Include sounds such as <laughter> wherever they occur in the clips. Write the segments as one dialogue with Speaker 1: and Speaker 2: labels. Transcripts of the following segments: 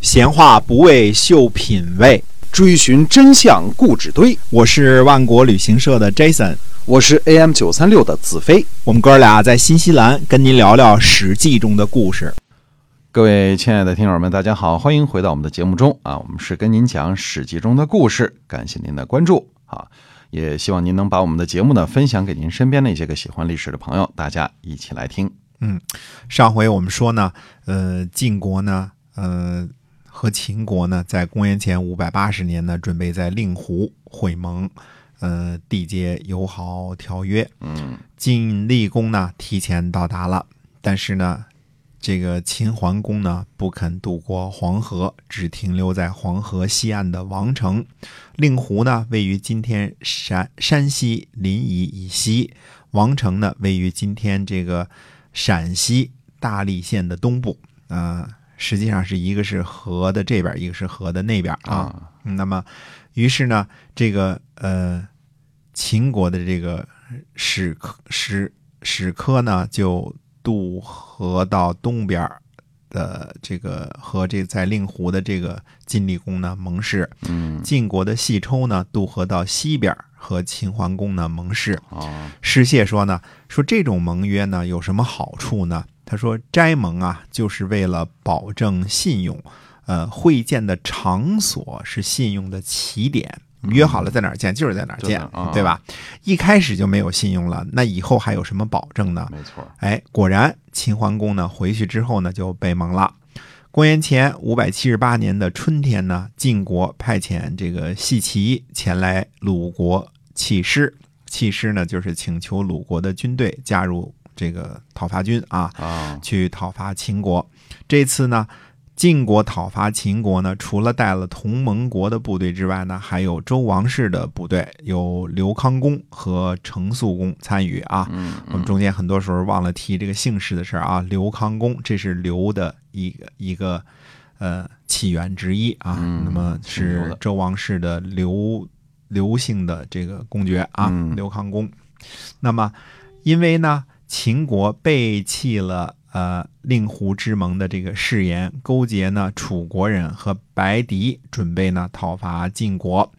Speaker 1: 闲话不为秀品味，
Speaker 2: 追寻真相故纸堆。
Speaker 1: 我是万国旅行社的 Jason，
Speaker 2: 我是 AM 九三六的子飞。
Speaker 1: 我们哥俩在新西兰跟您聊聊《史记》中的故事。
Speaker 2: 各位亲爱的听友们，大家好，欢迎回到我们的节目中啊！我们是跟您讲《史记》中的故事，感谢您的关注啊！也希望您能把我们的节目呢分享给您身边的一些个喜欢历史的朋友，大家一起来听。
Speaker 1: 嗯，上回我们说呢，呃，晋国呢，呃。和秦国呢，在公元前五百八十年呢，准备在令狐会盟，呃，缔结友好条约。
Speaker 2: 嗯，
Speaker 1: 晋厉公呢，提前到达了，但是呢，这个秦桓公呢，不肯渡过黄河，只停留在黄河西岸的王城。令狐呢，位于今天山山西临沂以西，王城呢，位于今天这个陕西大荔县的东部。啊、实际上是一个是河的这边，一个是河的那边啊。
Speaker 2: 啊
Speaker 1: 嗯那么，于是呢，这个呃，秦国的这个史科史史科呢，就渡河到东边儿的这个和这在令狐的这个晋厉公呢盟誓，
Speaker 2: 嗯
Speaker 1: 晋国的细抽呢渡河到西边儿和秦桓公呢盟誓。
Speaker 2: 哦
Speaker 1: 士燮说呢，说这种盟约呢有什么好处呢？他说斋盟啊，就是为了保证信用，呃，会见的场所是信用的起点。约好了在哪儿见，就是在哪儿见
Speaker 2: 就在哪儿啊，
Speaker 1: 对吧？一开始就没有信用了，那以后还有什么保证呢？
Speaker 2: 没错，
Speaker 1: 哎，果然秦桓公呢回去之后呢就被蒙了。公元前五百七十八年的春天呢，晋国派遣这个细齐前来鲁国弃师，弃师呢就是请求鲁国的军队加入这个讨伐军啊，
Speaker 2: 啊，
Speaker 1: 去讨伐秦国。这次呢，晋国讨伐秦国呢，除了带了同盟国的部队之外呢，还有周王室的部队，有刘康公和程肃公参与啊。
Speaker 2: 嗯
Speaker 1: 我们中间很多时候忘了提这个姓氏的事儿啊。刘康公，这是刘的一个一个呃起源之一啊。
Speaker 2: 嗯
Speaker 1: 那么
Speaker 2: 挺牛
Speaker 1: 是
Speaker 2: 的
Speaker 1: 周王室的刘刘姓的这个公爵啊，
Speaker 2: 嗯
Speaker 1: 刘康公。那么，因为呢，秦国背弃了呃令狐之盟的这个誓言，勾结呢楚国人和白狄，准备呢讨伐晋国。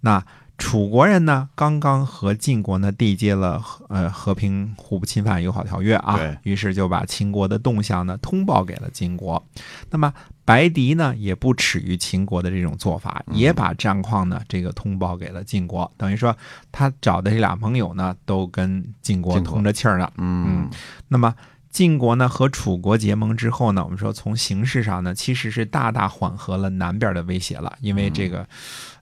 Speaker 1: 那楚国人呢，刚刚和晋国呢缔结了和呃和平互不侵犯友好条约啊
Speaker 2: 对，
Speaker 1: 于是就把秦国的动向呢通报给了晋国。那么白狄呢也不耻于秦国的这种做法，
Speaker 2: 嗯
Speaker 1: 也把战况呢这个通报给了晋国，等于说他找的这俩盟友呢都跟晋国
Speaker 2: 晋国
Speaker 1: 通着气儿呢。
Speaker 2: 嗯
Speaker 1: 那么晋国呢和楚国结盟之后呢，我们说从形势上呢，其实是大大缓和了南边的威胁了，因为这个，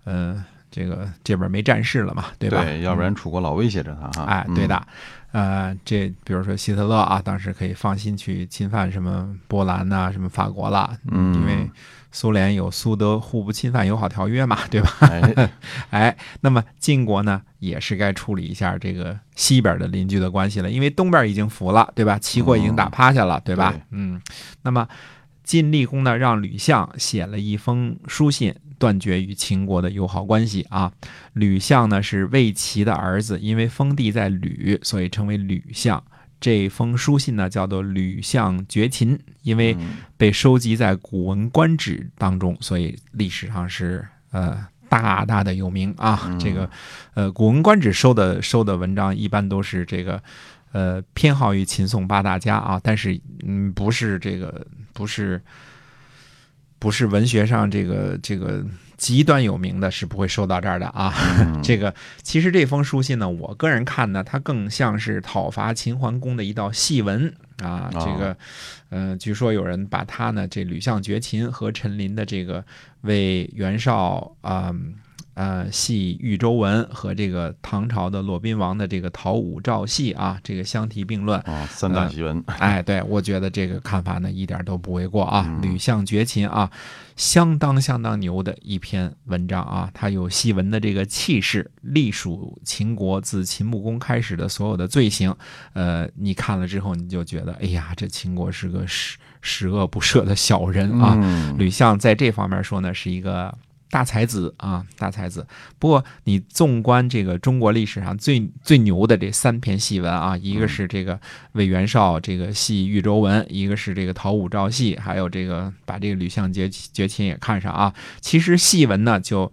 Speaker 1: 呃，这个这边没战事了嘛，对吧？
Speaker 2: 嗯对，要不然啊嗯楚国老威胁着他哈。
Speaker 1: 哎，对的，呃，这比如说希特勒啊，当时可以放心去侵犯什么波兰呐、什么法国啦，
Speaker 2: 嗯，
Speaker 1: 因为苏联有苏德互不侵犯友好条约嘛，对吧？ <laughs>
Speaker 2: 哎，
Speaker 1: 哎，那么晋国呢，也是该处理一下这个西边的邻居的关系了，因为东边已经服了，对吧？齐国已经打趴下了，对吧
Speaker 2: 对？
Speaker 1: 嗯，那么晋厉公呢，让吕相写了一封书信，断绝与秦国的友好关系啊。吕相呢是魏齐的儿子，因为封地在吕，所以称为吕相。这封书信呢，叫做《吕相绝秦》，因为
Speaker 2: 嗯
Speaker 1: 被收集在《古文观止》当中，所以历史上是呃大大的有名啊。
Speaker 2: 嗯
Speaker 1: 这个呃，《古文观止》收的收的文章一般都是这个呃偏好于秦宋八大家啊，但是嗯不是这个不是不是文学上这个这个极端有名的是不会收到这儿的啊。<laughs>
Speaker 2: 嗯
Speaker 1: 这个其实这封书信呢，我个人看呢，它更像是讨伐秦桓公的一道戏文啊。
Speaker 2: 哦
Speaker 1: 这个，呃，据说有人把他呢这吕相绝秦和陈琳的这个为袁绍啊。嗯呃，戏豫州文和这个唐朝的骆宾王的这个讨武赵戏啊，这个相提并论，
Speaker 2: 哦，三大奇闻，
Speaker 1: <laughs> 哎，对，我觉得这个看法呢一点都不为过啊
Speaker 2: 嗯，
Speaker 1: 《吕相绝秦》啊，相当相当牛的一篇文章啊，它有戏文的这个气势，隶属秦国自秦穆公开始的所有的罪行，呃，你看了之后你就觉得，哎呀，这秦国是个十十恶不赦的小人啊。
Speaker 2: 嗯
Speaker 1: 吕相在这方面说呢，是一个大才子啊，大才子。不过你纵观这个中国历史上最最牛的这三篇戏文啊，一个是这个魏元绍这个戏豫州文，一个是这个陶武照戏，还有这个把这个吕相绝绝秦也看上啊。其实戏文呢，就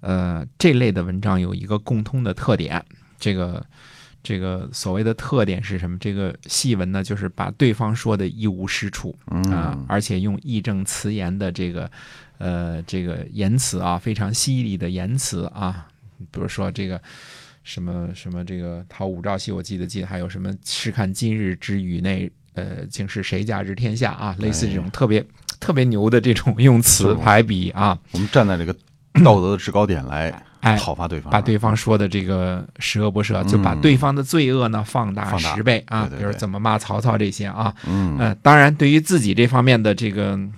Speaker 1: 呃这类的文章有一个共通的特点，这个。这个所谓的特点是什么？这个戏文呢，就是把对方说的一无是处啊、
Speaker 2: 嗯
Speaker 1: 而且用义正辞严的这个，呃，这个言辞啊，非常犀利的言辞啊，比如说这个什么什么这个陶武照戏，我记得记得还有什么试看今日之宇内，呃，竟是谁家之天下啊，类似这
Speaker 2: 哎
Speaker 1: 种特别、特别牛的这种用词
Speaker 2: 是
Speaker 1: 排比啊，
Speaker 2: 我们站在这个道德的制高点来
Speaker 1: 哎，
Speaker 2: 讨伐对方，
Speaker 1: 把对方说的这个十恶不赦，就把
Speaker 2: 嗯
Speaker 1: 对方的罪恶呢放大
Speaker 2: 放大
Speaker 1: 十倍啊，
Speaker 2: 对对
Speaker 1: 比如
Speaker 2: 对
Speaker 1: 怎么骂曹操这些啊，
Speaker 2: 嗯，。
Speaker 1: 呃，当然对于自己这方面的这个。嗯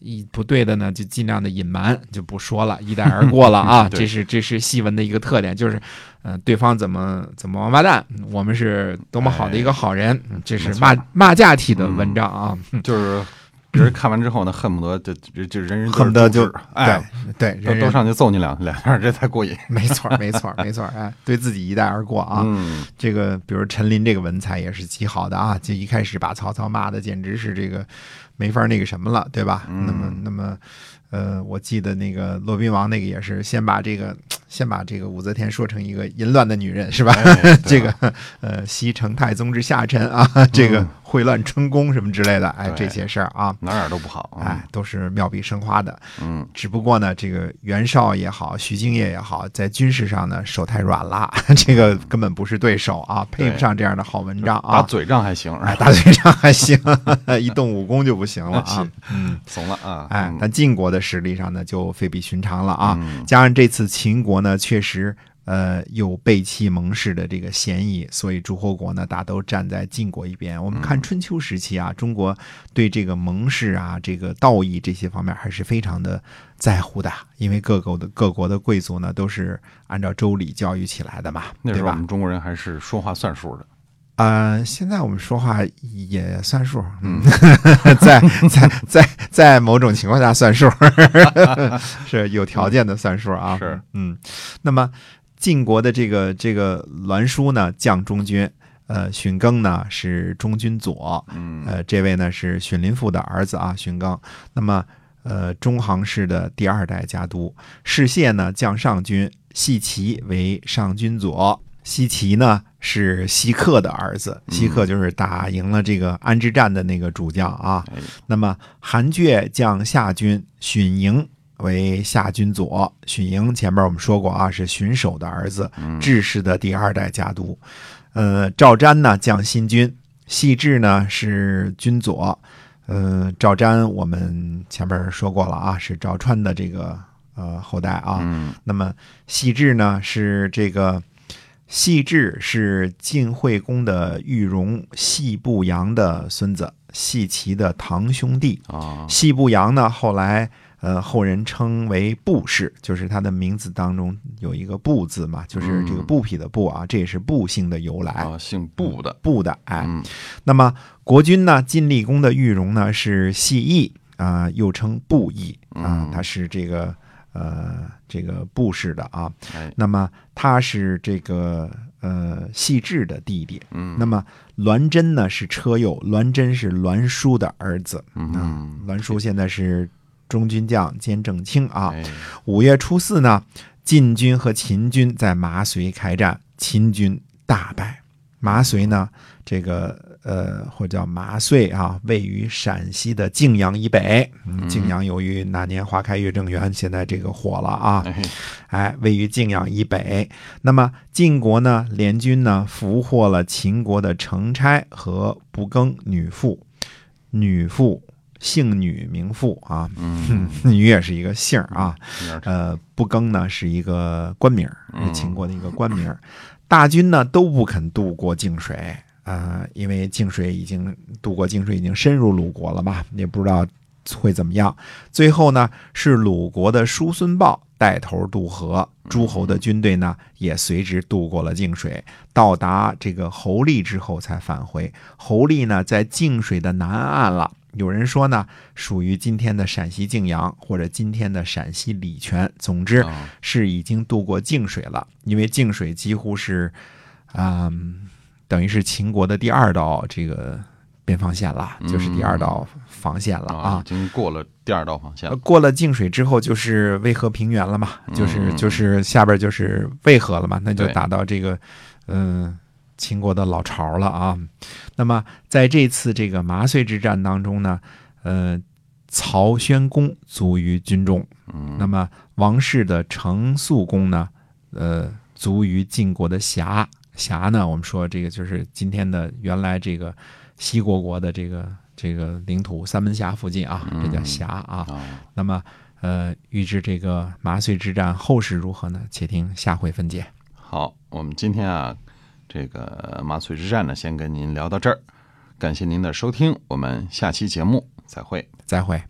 Speaker 1: 一不对的呢，就尽量的隐瞒，就不说了，一带而过了啊
Speaker 2: 嗯对
Speaker 1: 这是这是戏文的一个特点，就是，呃，对方怎么怎么王八蛋，我们是多么好的一个好人，嗯这是
Speaker 2: 哎没错嗯
Speaker 1: 骂骂架体的文章啊。
Speaker 2: 就是别人看完之后呢，恨不得就就就人人都是
Speaker 1: 恨不得
Speaker 2: 猪
Speaker 1: 就
Speaker 2: 吃哎，
Speaker 1: 对，
Speaker 2: 都
Speaker 1: 人
Speaker 2: 都
Speaker 1: 人
Speaker 2: 上去揍你两两下，这才过瘾。
Speaker 1: <laughs> 没错儿，没错儿，没错儿，哎，对自己一带而过啊。
Speaker 2: 嗯，
Speaker 1: 这个比如陈琳这个文采也是极好的啊，就一开始把曹操骂的简直是这个没法那个什么了，对吧？
Speaker 2: 嗯
Speaker 1: 那么那么。呃，我记得那个骆宾王那个也是先把这个先把这个武则天说成一个淫乱的女人是吧？
Speaker 2: 哎对啊
Speaker 1: <laughs>
Speaker 2: 嗯
Speaker 1: 这个呃，西成太宗之下臣啊，这个秽乱春宫什么之类的，哎，
Speaker 2: 对
Speaker 1: 这些事儿啊，
Speaker 2: 哪哪都不好。
Speaker 1: 哎，都是妙笔生花的。
Speaker 2: 嗯，
Speaker 1: 只不过呢，这个袁绍也好，徐敬业也好，在军事上呢手太软了， <laughs> 这个根本不是对手啊，配不上这样的好文章
Speaker 2: 嗯打
Speaker 1: 啊。
Speaker 2: 嘴仗还行，
Speaker 1: 哎，打嘴仗还行， <laughs> 一动武功就不行了
Speaker 2: <laughs>
Speaker 1: 啊。
Speaker 2: 怂了啊。
Speaker 1: 哎
Speaker 2: 嗯，
Speaker 1: 但晋国的实力上呢就非比寻常了啊。
Speaker 2: 嗯
Speaker 1: 加上这次秦国呢确实呃有背弃盟誓的这个嫌疑，所以诸侯国呢大都站在晋国一边。我们看春秋时期
Speaker 2: 嗯
Speaker 1: 啊，中国对这个盟誓啊、这个道义这些方面还是非常的在乎的，因为各国的各国的贵族呢都是按照周礼教育起来的嘛，
Speaker 2: 那
Speaker 1: 对
Speaker 2: 时候我
Speaker 1: 吧？
Speaker 2: 们中国人还是说话算数的。
Speaker 1: 呃，现在我们说话也算数，嗯， <laughs> 在在在在某种情况下算数， <laughs> 是有条件的算数啊。
Speaker 2: 是，
Speaker 1: 嗯，那么晋国的这个这个栾书呢，将中军。呃，荀庚呢是中军左，
Speaker 2: 嗯，
Speaker 1: 呃，这位呢是荀林父的儿子啊，荀庚。那么，呃，中行氏的第二代家督，士燮呢降上军，西岐为上军左。西岐呢是西克的儿子，
Speaker 2: 嗯
Speaker 1: 西克就是打赢了这个安之战的那个主将啊。
Speaker 2: 哎
Speaker 1: 那么韩厥将夏军荀盈为夏军左，荀盈前面我们说过啊，是荀守的儿子，
Speaker 2: 嗯
Speaker 1: 智氏的第二代家督。呃，赵瞻呢将新军，细致呢是军左。呃，赵瞻我们前面说过了啊，是赵川的这个呃后代啊。
Speaker 2: 嗯
Speaker 1: 那么细致呢是这个。细致是晋惠公的玉荣，细步阳的孙子，细齐的堂兄弟。
Speaker 2: 啊，
Speaker 1: 细步阳呢，后来呃后人称为步氏，就是他的名字当中有一个步字嘛，就是这个
Speaker 2: 嗯
Speaker 1: 布匹的布啊，这也是步姓的由来。
Speaker 2: 啊，姓布的。
Speaker 1: 布的哎，
Speaker 2: 嗯
Speaker 1: 那么国君呢，晋厉公的玉容呢是细义啊、又称布义啊
Speaker 2: 嗯，
Speaker 1: 他是这个呃这个布氏的啊。
Speaker 2: 哎
Speaker 1: 那么他是这个呃细致的弟弟。
Speaker 2: 嗯
Speaker 1: 那么栾真呢是车右，栾真是栾书的儿子。
Speaker 2: 嗯，
Speaker 1: 栾书现在是中军将兼正卿啊。
Speaker 2: 哎
Speaker 1: 五月初四呢，晋军和秦军在麻遂开战，秦军大败。麻遂呢，这个呃，或者叫麻遂啊，位于陕西的泾阳以北。嗯，泾阳由于那年花开月正圆，现在这个火了啊。
Speaker 2: 哎，
Speaker 1: 哎，位于泾阳以北。那么晋国呢，联军呢俘获了秦国的成差和不更女妇，女妇姓女名妇啊，
Speaker 2: 嗯，
Speaker 1: <laughs> 女也是一个姓儿啊。
Speaker 2: 有点儿
Speaker 1: 呃，不更呢是一个官名儿，
Speaker 2: 嗯
Speaker 1: 是秦国的一个官名儿。大军呢都不肯渡过泾水啊、呃因为泾水已经渡过泾水已经深入鲁国了嘛，也不知道会怎么样。最后呢，是鲁国的叔孙豹带头渡河，诸侯的军队呢也随之渡过了泾水，到达这个侯利之后才返回。侯利呢在泾水的南岸了。有人说呢，属于今天的陕西泾阳或者今天的陕西礼泉，总之
Speaker 2: 啊
Speaker 1: 是已经渡过泾水了，因为泾水几乎是，嗯，等于是秦国的第二道这个边防线了，就是第二道防线了啊
Speaker 2: 啊，已。经过了第二道防线
Speaker 1: 呃
Speaker 2: 了。
Speaker 1: 过了泾水之后，就是渭河平原了嘛，就是
Speaker 2: 嗯
Speaker 1: 就是下边就是渭河了嘛，那就
Speaker 2: 对
Speaker 1: 打到这个嗯、秦国的老巢了啊。那么在这次这个麻遂之战当中呢，呃，曹宣公卒于军中，
Speaker 2: 嗯
Speaker 1: 那么王室的程肃公呢，呃，卒于晋国的峡。峡呢，我们说这个就是今天的原来这个西国国的这个这个领土三门峡附近啊，这
Speaker 2: 嗯
Speaker 1: 叫峡啊。
Speaker 2: 啊，
Speaker 1: 那么，呃，预知这个麻遂之战后事如何呢？且听下回分解。
Speaker 2: 好，我们今天啊，这个麻醉之战呢，先跟您聊到这儿，感谢您的收听，我们下期节目再会。
Speaker 1: 再会。